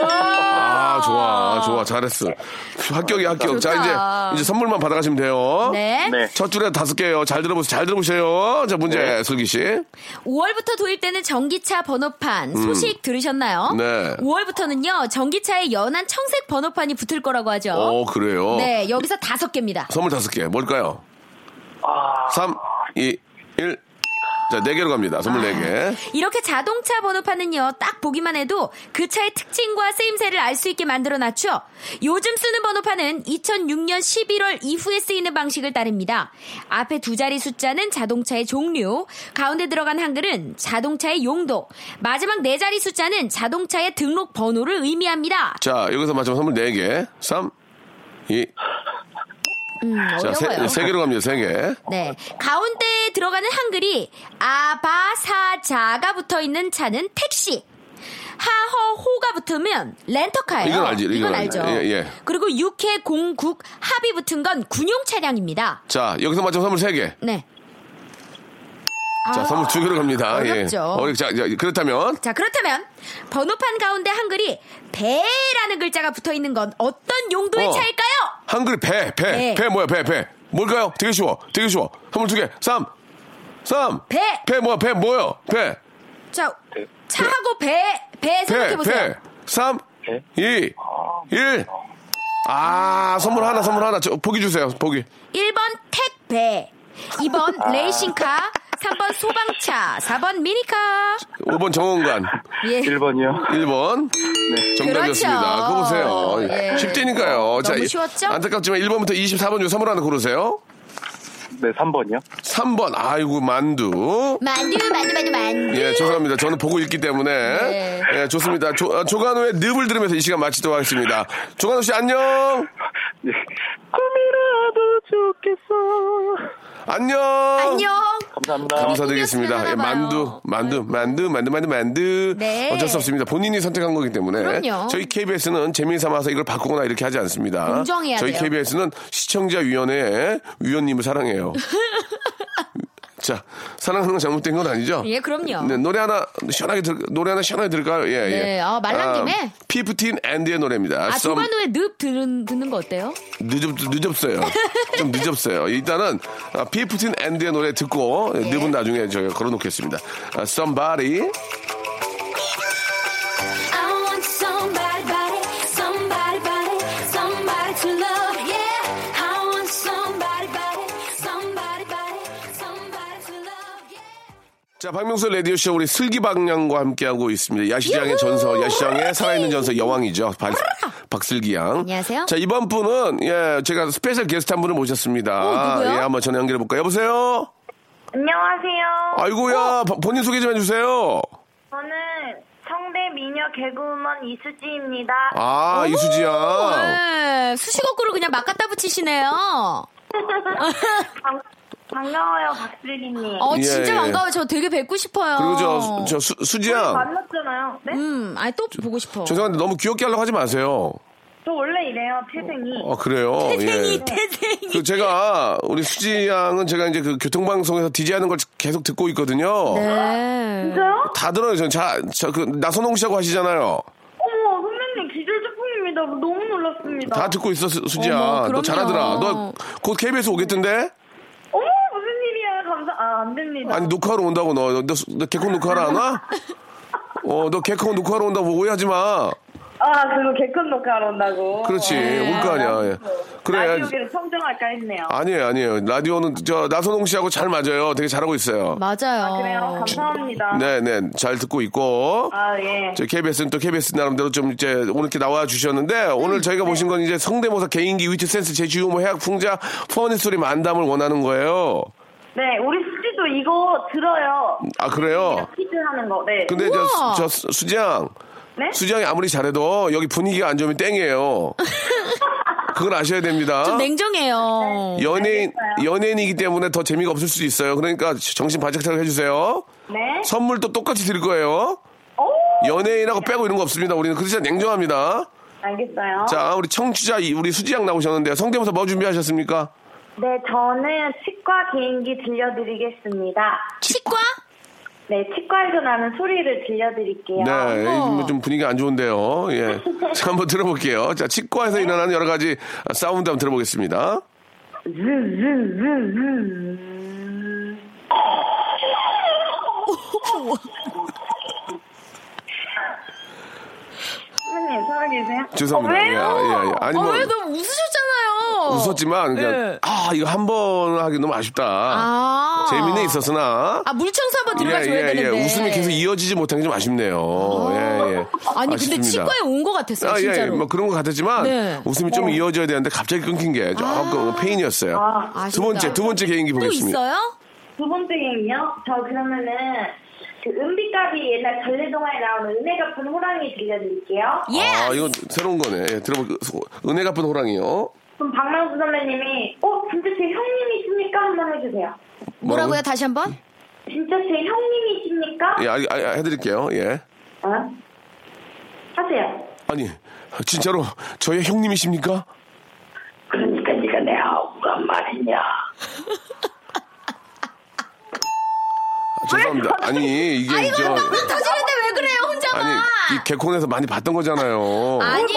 A: 아, 좋아. 좋아. 잘했어. 합격이 합격. 자,
E: 좋다.
A: 이제 이제 선물만 받아 가시면 돼요.
E: 네.
F: 아, 네.
A: 첫 줄에 다섯 개요. 잘 들어보세요. 잘 들어보세요. 자, 문제 슬기 씨.
E: 5월부터 도입되는 전기차 번호판 소식 들으셨나요?
A: 네.
E: 5월부터는요 전기차에 연한 청색 번호판이 붙을 거라고 하죠.
A: 어, 그래요.
E: 네, 여기서 다섯 개입니다.
A: 선물 다섯 개. 뭘까요?
F: 아.
A: 삼, 이, 일. 자, 네 개로 갑니다. 선물 네 개.
E: 이렇게 자동차 번호판은요 딱 보기만 해도 그 차의 특징과 쓰임새를 알 수 있게 만들어 놨죠. 요즘 쓰는 번호판은 2006년 11월 이후에 쓰이는 방식을 따릅니다. 앞에 두 자리 숫자는 자동차의 종류, 가운데 들어간 한글은 자동차의 용도, 마지막 네 자리 숫자는 자동차의 등록 번호를 의미합니다.
A: 자, 여기서 마지막 선물 4개. 3, 2.
E: 음,
A: 자, 세,
E: 어려워요.
A: 개로 갑니다. 세개
E: 네. 가운데에 들어가는 한글이 아바사자가 붙어 있는 차는 택시. 하허호가 붙으면 렌터카예요.
A: 이건 알지, 이건 알지.
E: 알죠.
A: 예, 예.
E: 그리고 육해 공국 합이 붙은 건 군용 차량입니다.
A: 자, 여기서 마지막 선물 세개
E: 네.
A: 자, 선물 두 개로 갑니다.
E: 어렵죠.
A: 예. 어렵- 자, 자, 그렇다면
E: 자, 그렇다면 번호판 가운데 한글이 배라는 글자가 붙어 있는 건 어떤 용도의
A: 어.
E: 차일까요?
A: 한글 배, 배,
E: 배.
A: 배, 뭐야, 배, 배. 뭘까요? 되게 쉬워, 되게 쉬워. 선물 두 개, 삼, 삼.
E: 배.
A: 배 뭐야, 배 뭐요? 배,
E: 자, 차하고 배, 배
A: 배,
E: 생각해 보세요.
A: 배. 삼,
F: 배?
A: 이, 일. 아, 선물 하나, 선물 하나. 저, 보기 주세요, 보기.
E: 1번 택배,
A: 아.
E: 2번 레이싱카, 3번 소방차, 4번 미니카.
A: 5번 정원관,
E: 예.
F: 1번이요.
A: 1번. 정답이었습니다. 그거 보세요.
E: 그렇죠. 예.
A: 쉽다니까요.
E: 너무 쉬웠죠?
A: 안타깝지만 1번부터 24번 중 선물 하나 고르세요.
F: 네, 3번이요.
A: 3번, 아이고, 만두.
E: 만두, 만두, 만두, 만두.
A: 예, 죄송합니다. 저는 보고 있기 때문에.
E: 네.
A: 예, 좋습니다. 조, 아, 조간호의 늪을 들으면서 이 시간 마치도록 하겠습니다. 조간호 씨, 안녕!
F: 예. 꿈이라도 좋겠어.
A: 안녕!
E: 안녕.
F: 감사합니다.
A: 감사드리겠습니다.
E: 꿈이었으려나
A: 예, 만두,
E: 어, 봐요.
A: 만두, 만두, 만두, 만두, 만두.
E: 네.
A: 어쩔 수 없습니다. 본인이 선택한 거기 때문에.
E: 그럼요.
A: 저희 KBS는 재미삼아서 이걸 바꾸거나 이렇게 하지 않습니다.
E: 공정해야
A: 저희
E: 돼요.
A: KBS는 시청자위원회 위원님을 사랑해요. 자, 사랑하는 건 잘못된 건 아니죠?
E: 예, 그럼요.
A: 네, 노래 하나 시원하게 들, 노래 하나 시원하게 들을까요? 예, 예.
E: 네, 아, 말랑 김에?
A: 피프틴 앤드의 노래입니다.
E: 아,
A: Some-
E: 조관우의 늪 듣는, 듣는 거 어때요?
A: 늦었, 늦었어요. 좀 늦었어요. 일단은 아, 피프틴 앤드의 노래 듣고
E: 네.
A: 늪은 나중에 저희가 걸어놓겠습니다. 아, Somebody.
E: I want somebody, body, somebody, body, somebody to love, yeah. I want somebody, body, somebody, body, somebody to love, yeah.
A: 자, 박명수 라디오쇼 우리 슬기박양과 함께하고 있습니다. 야시장의 전설, 야시장의 살아있는 전설 여왕이죠. 박, 박슬기 양.
E: 네. 안녕하세요.
A: 자, 이번 분은, 예, 제가 스페셜 게스트 한 분을 모셨습니다.
E: 어, 누구요?
A: 예, 한번 전화 연결해볼까요? 여보세요?
H: 안녕하세요.
E: 어?
A: 아이고야, 바- 본인 소개 좀 해주세요.
H: 저는 성대 미녀 개그우먼 이수지입니다.
A: 아, 이수지야.
E: 네, 수식어구를 그냥 막 갖다 붙이시네요.
H: 반, 반가워요, 박슬기님.
E: 어,
A: 예,
E: 진짜
A: 예.
E: 반가워요. 저 되게 뵙고 싶어요. 어.
A: 그리고 저, 저 수, 수지야.
H: 만났잖아요. 네?
E: 음, 아니, 또 보고 싶어.
A: 죄송한데 너무 귀엽게 하려고 하지 마세요.
H: 저 원래 이래요, 태생이.
A: 아, 그래요? 예.
E: 태생이.
A: 그 제가, 우리 수지 양은 제가 이제 그 교통방송에서 DJ 하는 걸 계속 듣고 있거든요.
E: 네.
H: 진짜요?
A: 다 들어요. 전 자, 저, 그, 나선홍 씨하고 하시잖아요.
H: 어머, 선배님 기절 초풍입니다. 너무 놀랐습니다.
A: 다 듣고 있어, 수- 수지야.
E: 어머,
A: 너
E: 그럼요.
A: 잘하더라. 너 곧 KBS 오겠던데?
H: 어머, 무슨 일이야. 감사, 아, 안 됩니다.
A: 아니, 녹화하러 온다고 너. 너, 수- 너 개콘 녹화하러 안 와? 어, 너 개콘 녹화하러 온다고 오해하지 마.
H: 아, 그리고 개콘 녹화하러 온다고.
A: 그렇지. 올 거 아니야. 예. 그래.
H: 어, 라디오를 청정할까 했네요.
A: 아니에요, 아니에요. 라디오는 저 나선홍 씨하고 잘 맞아요. 되게 잘하고 있어요.
E: 맞아요.
H: 그래요. 감사합니다.
A: 네, 네. 잘 듣고 있고.
H: 아, 예.
A: 저 KBS는 또 KBS 나름대로 좀 이제 오늘 이렇게 나와 주셨는데
H: 음,
A: 오늘 저희가
H: 네.
A: 보신 건 이제 성대모사 개인기 위트 센스 제주 유머 해학 풍자 퍼니 소리 만담을 원하는 거예요.
H: 네, 우리 수지도 이거 들어요.
A: 아 그래요?
H: 퀴즈 하는 거. 음, 네.
A: 근데 저,
E: 우와.
A: 수- 저 수- 수지양
H: 네?
A: 수지양이 아무리 잘해도 여기 분위기가 안 좋으면 땡이에요. 그걸 아셔야 됩니다.
E: 좀 냉정해요.
A: 연예인
H: 알겠어요.
A: 연예인이기 때문에 더 재미가 없을 수도 있어요. 그러니까 정신 바짝 차려 해주세요.
H: 네.
A: 선물도 똑같이 드릴 거예요.
H: 오!
A: 연예인하고
H: 네.
A: 빼고 이런 거 없습니다. 우리는 그래서 냉정합니다.
E: 아.
H: 알겠어요.
A: 자, 우리 청취자 이- 우리 수지양 나오셨는데 성대모사 뭐 준비하셨습니까?
H: 네, 저는 치과 개인기 들려드리겠습니다.
E: 치과?
H: 네, 치과에서 나는 소리를
E: 예,
H: 들려드릴게요.
A: 네, 요즘 좀 분위기가 안 좋은데요. 예. 자, 한번 들어볼게요. 자, 치과에서 일어나는 여러 가지 사운드 한번 들어보겠습니다.
H: 음, 선생님, 살아계세요?
A: 죄송합니다.
H: 어, 왜요?
A: 예, 예, 예. 아니,
E: 아,
A: 뭐,
E: 왜 너무 웃으셨잖아요.
A: 웃었지만, 그냥,
E: 예.
A: 아, 이거 한 번 하기 너무 아쉽다.
E: 아.
A: 재미는 있었으나.
E: 아, 물청소 한번 들어가 줘야
A: 예, 예, 예.
E: 되는데.
A: 웃음이 계속 이어지지 못한 게 좀 아쉽네요. 예, 예.
E: 아니, 근데
A: 아쉽습니다.
E: 치과에 온 것 같았어요,
A: 아, 예, 예,
E: 진짜로.
A: 뭐 그런 것 같았지만
E: 네.
A: 웃음이 좀 이어져야 되는데 갑자기 끊긴 게 조금 페인이었어요.
E: 아쉽다.
A: 두 번째, 두 번째 개인기
E: 또
A: 보겠습니다.
E: 있어요?
H: 두 번째 게임이요? 저 그러면은 그 은비값이 옛날 전래동화에 나오는 은혜 갚은 호랑이 들려드릴게요.
E: 예.
A: 아, 이건 새로운 거네. 예, 들어보 은혜 갚은 호랑이요.
H: 그럼 박명수 선배님이 어? 진짜 제 형님이십니까? 한번 해주세요.
A: 음,
E: 뭐라고요? 다시 한 번?
H: 진짜 제 형님이십니까?
A: 예, 알, 알- 알- 해드릴게요. 예.
H: 어? 하세요.
A: 아니, 진짜로 저희 형님이십니까?
H: 그러니까 네가 내 아우가 말이냐.
A: 죄송합니다. 아니 이게
E: 아이고
A: 저
E: 빵빵 터지는데 왜 그래요 혼자만?
A: 아니 이 개콘에서 많이 봤던 거잖아요.
E: 아니,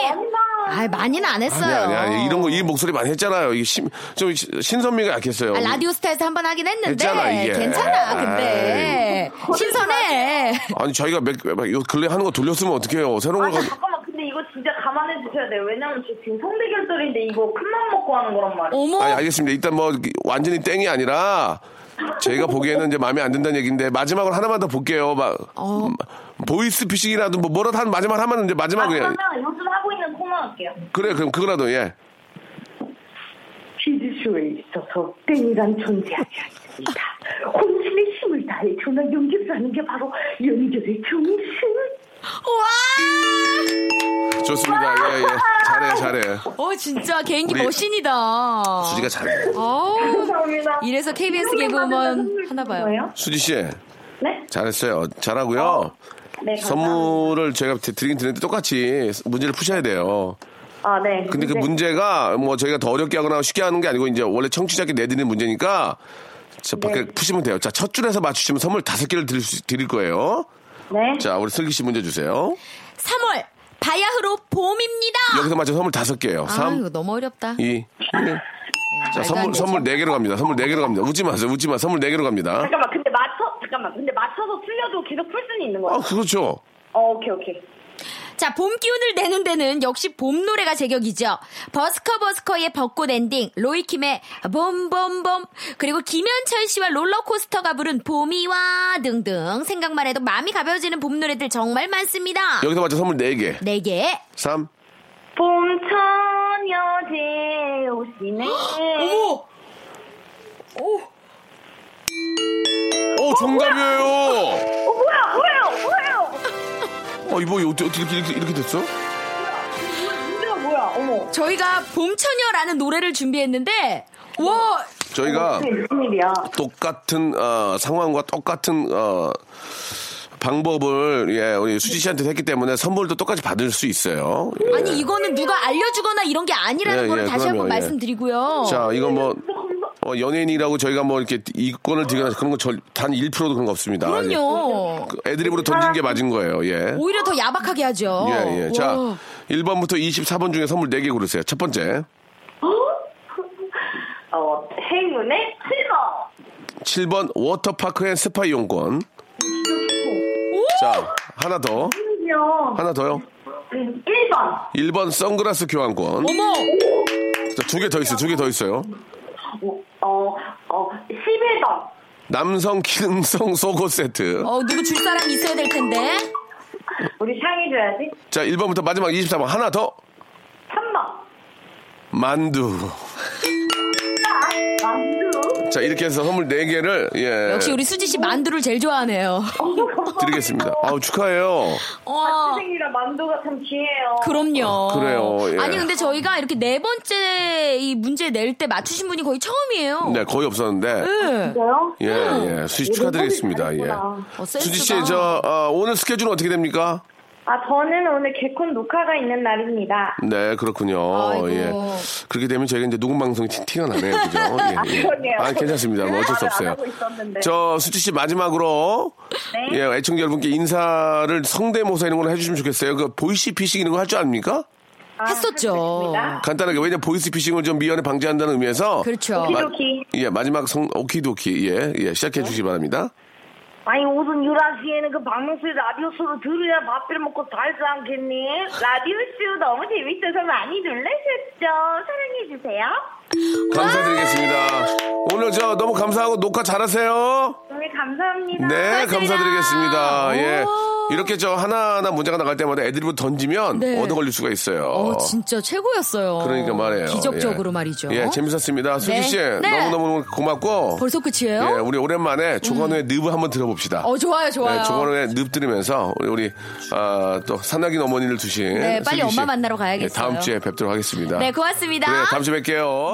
E: 아이, 많이는 안 했어요.
A: 아니 아니 이런 거 이 목소리 많이 했잖아요. 이게 심, 좀 시- 신선미가 약했어요.
E: 아, 라디오스타에서 한 번 하긴 했는데
A: 했잖아, 이게.
E: 괜찮아 근데 신선해
A: 아니 저희가 맥, 요 근래 하는 거 돌렸으면 어떡해요. 새로운
H: 아니
A: 거 가-
H: 잠깐만 근데 이거 진짜 감안해 주셔야 돼요 왜냐면 저 지금 성대결절인데 이거 큰맘 먹고 하는 거란 말이에요
E: 어머
A: 아니, 알겠습니다. 일단 뭐 완전히 땡이 아니라 제가 보기에는 이제 마음에 안 든다는 얘기인데 마지막으로 하나만 더 볼게요. 막
E: 어.
A: 음, 보이스 피싱이라도 뭐 뭐라도 한 마지막 하면 이제 어, 마지막
H: 아
A: 그냥
H: 그러면 요즘 하고 있는 코너 할게요
A: 그래 그럼 그거라도 예.
H: 퀴즈쇼에 있어서 땡이란 존재하지 않습니다. 혼신의 힘을 다해 전화 연결을 하는 게 바로 연결의 정신.
A: 좋습니다. 예 예. 잘해 잘해.
E: 어 진짜 개인기
A: 우리
E: 머신이다
A: 수지가 잘해.
E: 어우
H: 감사합니다.
E: 이래서 KBS 개그우먼 하나 봐요
H: 뭐예요?
A: 수지 씨
H: 네?
A: 잘했어요. 잘하고요.
H: 네, 감사합니다.
A: 선물을 제가 드- 드리긴 드렸는데 똑같이 문제를 푸셔야 돼요.
H: 아, 네.
A: 근데 그
H: 네.
A: 문제가 뭐 저희가 더 어렵게 하거나 쉽게 하는 게 아니고 이제 원래 청취자께 내드리는 문제니까 자, 밖에 푸시면 돼요. 자, 첫 줄에서 맞추시면 선물 다섯 개를 드릴, 수- 드릴 거예요.
H: 네.
A: 자, 우리 슬기 씨 문제 주세요.
E: 3월 바야흐로 봄입니다
A: 여기서 예. 맞춰 선물 다섯 개예요.
E: 아
A: 3,
E: 이거 너무 어렵다
A: 2, 1. 자, 선물, 선물 네 개로 갑니다. 선물 네 개로 갑니다. 웃지 마세요. 웃지 마. 선물 네 개로 갑니다.
H: 잠깐만, 근데 맞춰, 잠깐만, 근데 맞춰서 틀려도 계속 풀 수는 있는
A: 아,
H: 거예요.
A: 그렇죠.
H: 어, 오케이, 오케이.
E: 자, 봄 기운을 내는 데는 역시 봄 노래가 제격이죠. 버스커 버스커의 벚꽃 엔딩, 로이킴의 봄봄봄, 그리고 김현철 씨와 롤러코스터가 부른 봄이 와 등등 생각만 해도 마음이 가벼워지는 봄 노래들 정말 많습니다.
A: 여기서 맞춰 선물 네 개.
E: 네 개.
A: 3,
H: 봄처녀제 오시네.
E: 어머!
A: 오, 정답이에요!
H: 어, 뭐야, 뭐예요, 뭐예요?
A: 어, 이거 어떻게, 어떻게 이렇게, 이렇게 됐어?
H: 문제가 뭐야, 어머.
E: 저희가 봄처녀라는 노래를 준비했는데 와,
A: 저희가
H: 이게 무슨 일이야?
A: 똑같은 어, 상황과 똑같은 어, 방법을 예, 우리 수지 씨한테 했기 때문에 선물도 똑같이 받을 수 있어요. 예.
E: 아니 이거는 누가 알려 주거나 이런 게 아니라는
A: 예,
E: 거를
A: 예,
E: 다시
A: 그럼요,
E: 한번
A: 예.
E: 말씀드리고요.
A: 자, 이거 뭐 어, 연예인이라고 저희가 뭐 이렇게 이권을 드거나 그런 거단 1%도 그런 거 없습니다.
E: 그럼요.
A: 예. 애드립으로 던진 게 맞은 거예요. 예.
E: 오히려 더 야박하게 하죠.
A: 예, 예. 자,
E: 와.
A: 1번부터 24번 중에 선물 4개 고르세요. 첫 번째.
H: 어, 행운의 실버.
A: 7번 워터파크 앤 스파 이용권. 자, 하나 더.
H: 심지어
A: 하나 더요.
H: 음, 1번.
A: 1번 선글라스 교환권.
E: 어머!
A: 자, 두 개 더 있어요. 두 개 더 있어요.
H: 어, 어, 11번.
A: 남성 기능성 속옷 세트.
E: 어, 누구 줄 사람이 있어야 될 텐데.
H: 우리 상해 줘야지.
A: 자, 1번부터 마지막 24번 하나 더.
H: 3번.
A: 만두.
H: 만두.
A: 자, 이렇게 해서 선물 4개를 예.
E: 역시 우리 수지 씨 만두를 제일 좋아하네요.
H: 어,
A: 드리겠습니다. 아우 축하해요.
E: 어.
H: 학생이라 만두가 참 귀해요.
E: 그럼요.
A: 아, 그래요, 예.
E: 아니 근데 저희가 이렇게 네 번째 이 문제 낼 때 맞추신 분이 거의 처음이에요.
A: 네, 거의 없었는데.
E: 네.
H: 그래요?
A: 예, 예. 수지 축하드리겠습니다. 예.
E: 어,
A: 수지 씨,
E: 센스가.
A: 저 어, 오늘 스케줄은 어떻게 됩니까?
H: 아, 저는 오늘 개콘 녹화가 있는 날입니다.
A: 네, 그렇군요.
E: 아이고.
A: 예. 그렇게 되면 저희가 이제 녹음 방송이 티- 티가 나네요. 그죠? 예, 예.
H: 그러게요.
A: 아, 괜찮습니다. 뭐 어쩔 수
H: 말을 안
A: 없어요.
H: 하고 있었는데.
A: 저 수지 씨 마지막으로
H: 네.
A: 예, 애청자 여러분께 인사를 성대모사 이런 걸해 주시면 좋겠어요. 그 보이시 피싱 이런 거 할 줄 압니까?
H: 아,
E: 했었죠.
H: 좋습니다.
A: 간단하게 왜냐 면 보이스 피싱을 좀 미연에 방지한다는 의미에서
E: 그렇죠.
A: 마-
H: 오키도키.
A: 예, 마지막 성 오키도키. 예, 예. 시작해 주시기 바랍니다.
H: 아니, 오전 11시에는 그 박명수의 라디오쇼로 들어야 밥을 먹고 살지 않겠니? 라디오쇼 너무 재밌어서 많이 놀라셨죠? 사랑해주세요.
A: 감사드리겠습니다. 오늘 저 너무 감사하고 녹화 잘하세요.
H: 네, 감사합니다.
A: 네,
E: 고맙습니다.
A: 감사드리겠습니다. 예.
E: 오.
A: 이렇게 저 하나하나 문제가 나갈 때마다 애드립을 던지면
E: 네.
A: 얻어 걸릴 수가 있어요.
E: 어, 진짜 최고였어요.
A: 그러니까 말이에요.
E: 기적적으로
A: 예.
E: 말이죠.
A: 예, 재밌었습니다. 수지
E: 네.
A: 씨,
E: 네.
A: 너무너무 고맙고.
E: 벌써 끝이에요? 음.
A: 예, 우리 오랜만에 조건우의 늪을 한번 들어봅시다.
E: 어, 좋아요, 좋아요.
A: 네, 조건우의 늪 들으면서 우리, 우리 아, 또 사나긴 어머니를 두신
E: 네, 빨리
A: 슬기 씨.
E: 엄마 만나러 가야겠어요.
A: 예, 다음 주에 뵙도록 하겠습니다.
E: 네, 고맙습니다.
A: 그래, 다음 주에 뵐게요.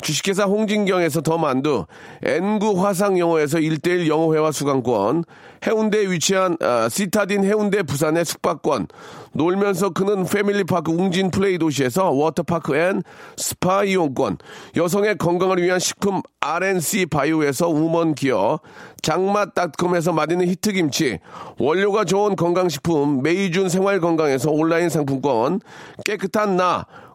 A: 주식회사 홍진경에서 더 만두, N구 화상영어에서 1대1 영어회화 수강권, 해운대에 위치한 아, 시타딘 해운대 부산의 숙박권, 놀면서 크는 패밀리파크 웅진 플레이 도시에서 워터파크 앤 스파 이용권, 여성의 건강을 위한 식품 RNC 바이오에서 우먼 기어, 장맛닷컴에서 맛있는 히트김치, 원료가 좋은 건강식품 메이준 생활건강에서 온라인 상품권, 깨끗한 나,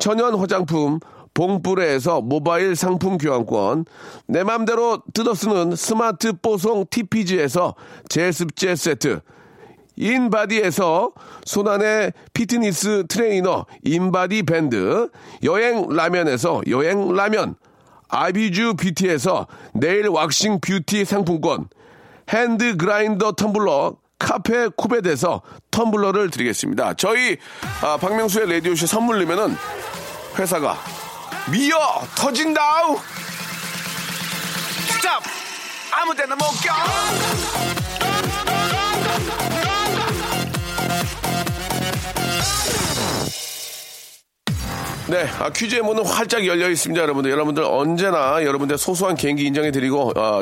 A: 천연 화장품 봉뿌레에서 모바일 상품 교환권 내 맘대로 뜯어쓰는 스마트 뽀송 TPG에서 제습제 세트 인바디에서 손안의 피트니스 트레이너 인바디 밴드 여행 라면에서 여행 라면 아비주 뷰티에서 네일 왁싱 뷰티 상품권 핸드 그라인더 텀블러 카페 쿠베에서 텀블러를 드리겠습니다. 저희 아, 박명수의 라디오쇼 선물 넣으면은 회사가 미어 터진다우 스탑 아무데나 못 껴. 네, 아, 퀴즈의 문은 활짝 열려 있습니다, 여러분들. 여러분들 언제나 여러분들 소소한 개인기 인정해 드리고 어,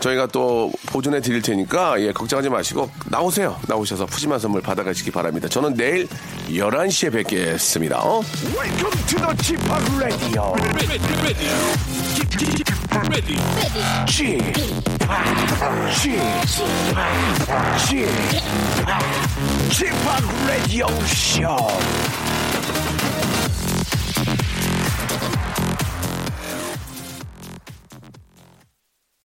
A: 저희가 또 보존해 드릴 테니까 예, 걱정하지 마시고 나오세요. 나오셔서 푸짐한 선물 받아가시기 바랍니다. 저는 내일 11시에 뵙겠습니다. 어?
D: Welcome to the Chipak Radio. Ready, ready, ready, Chipak Radio Show.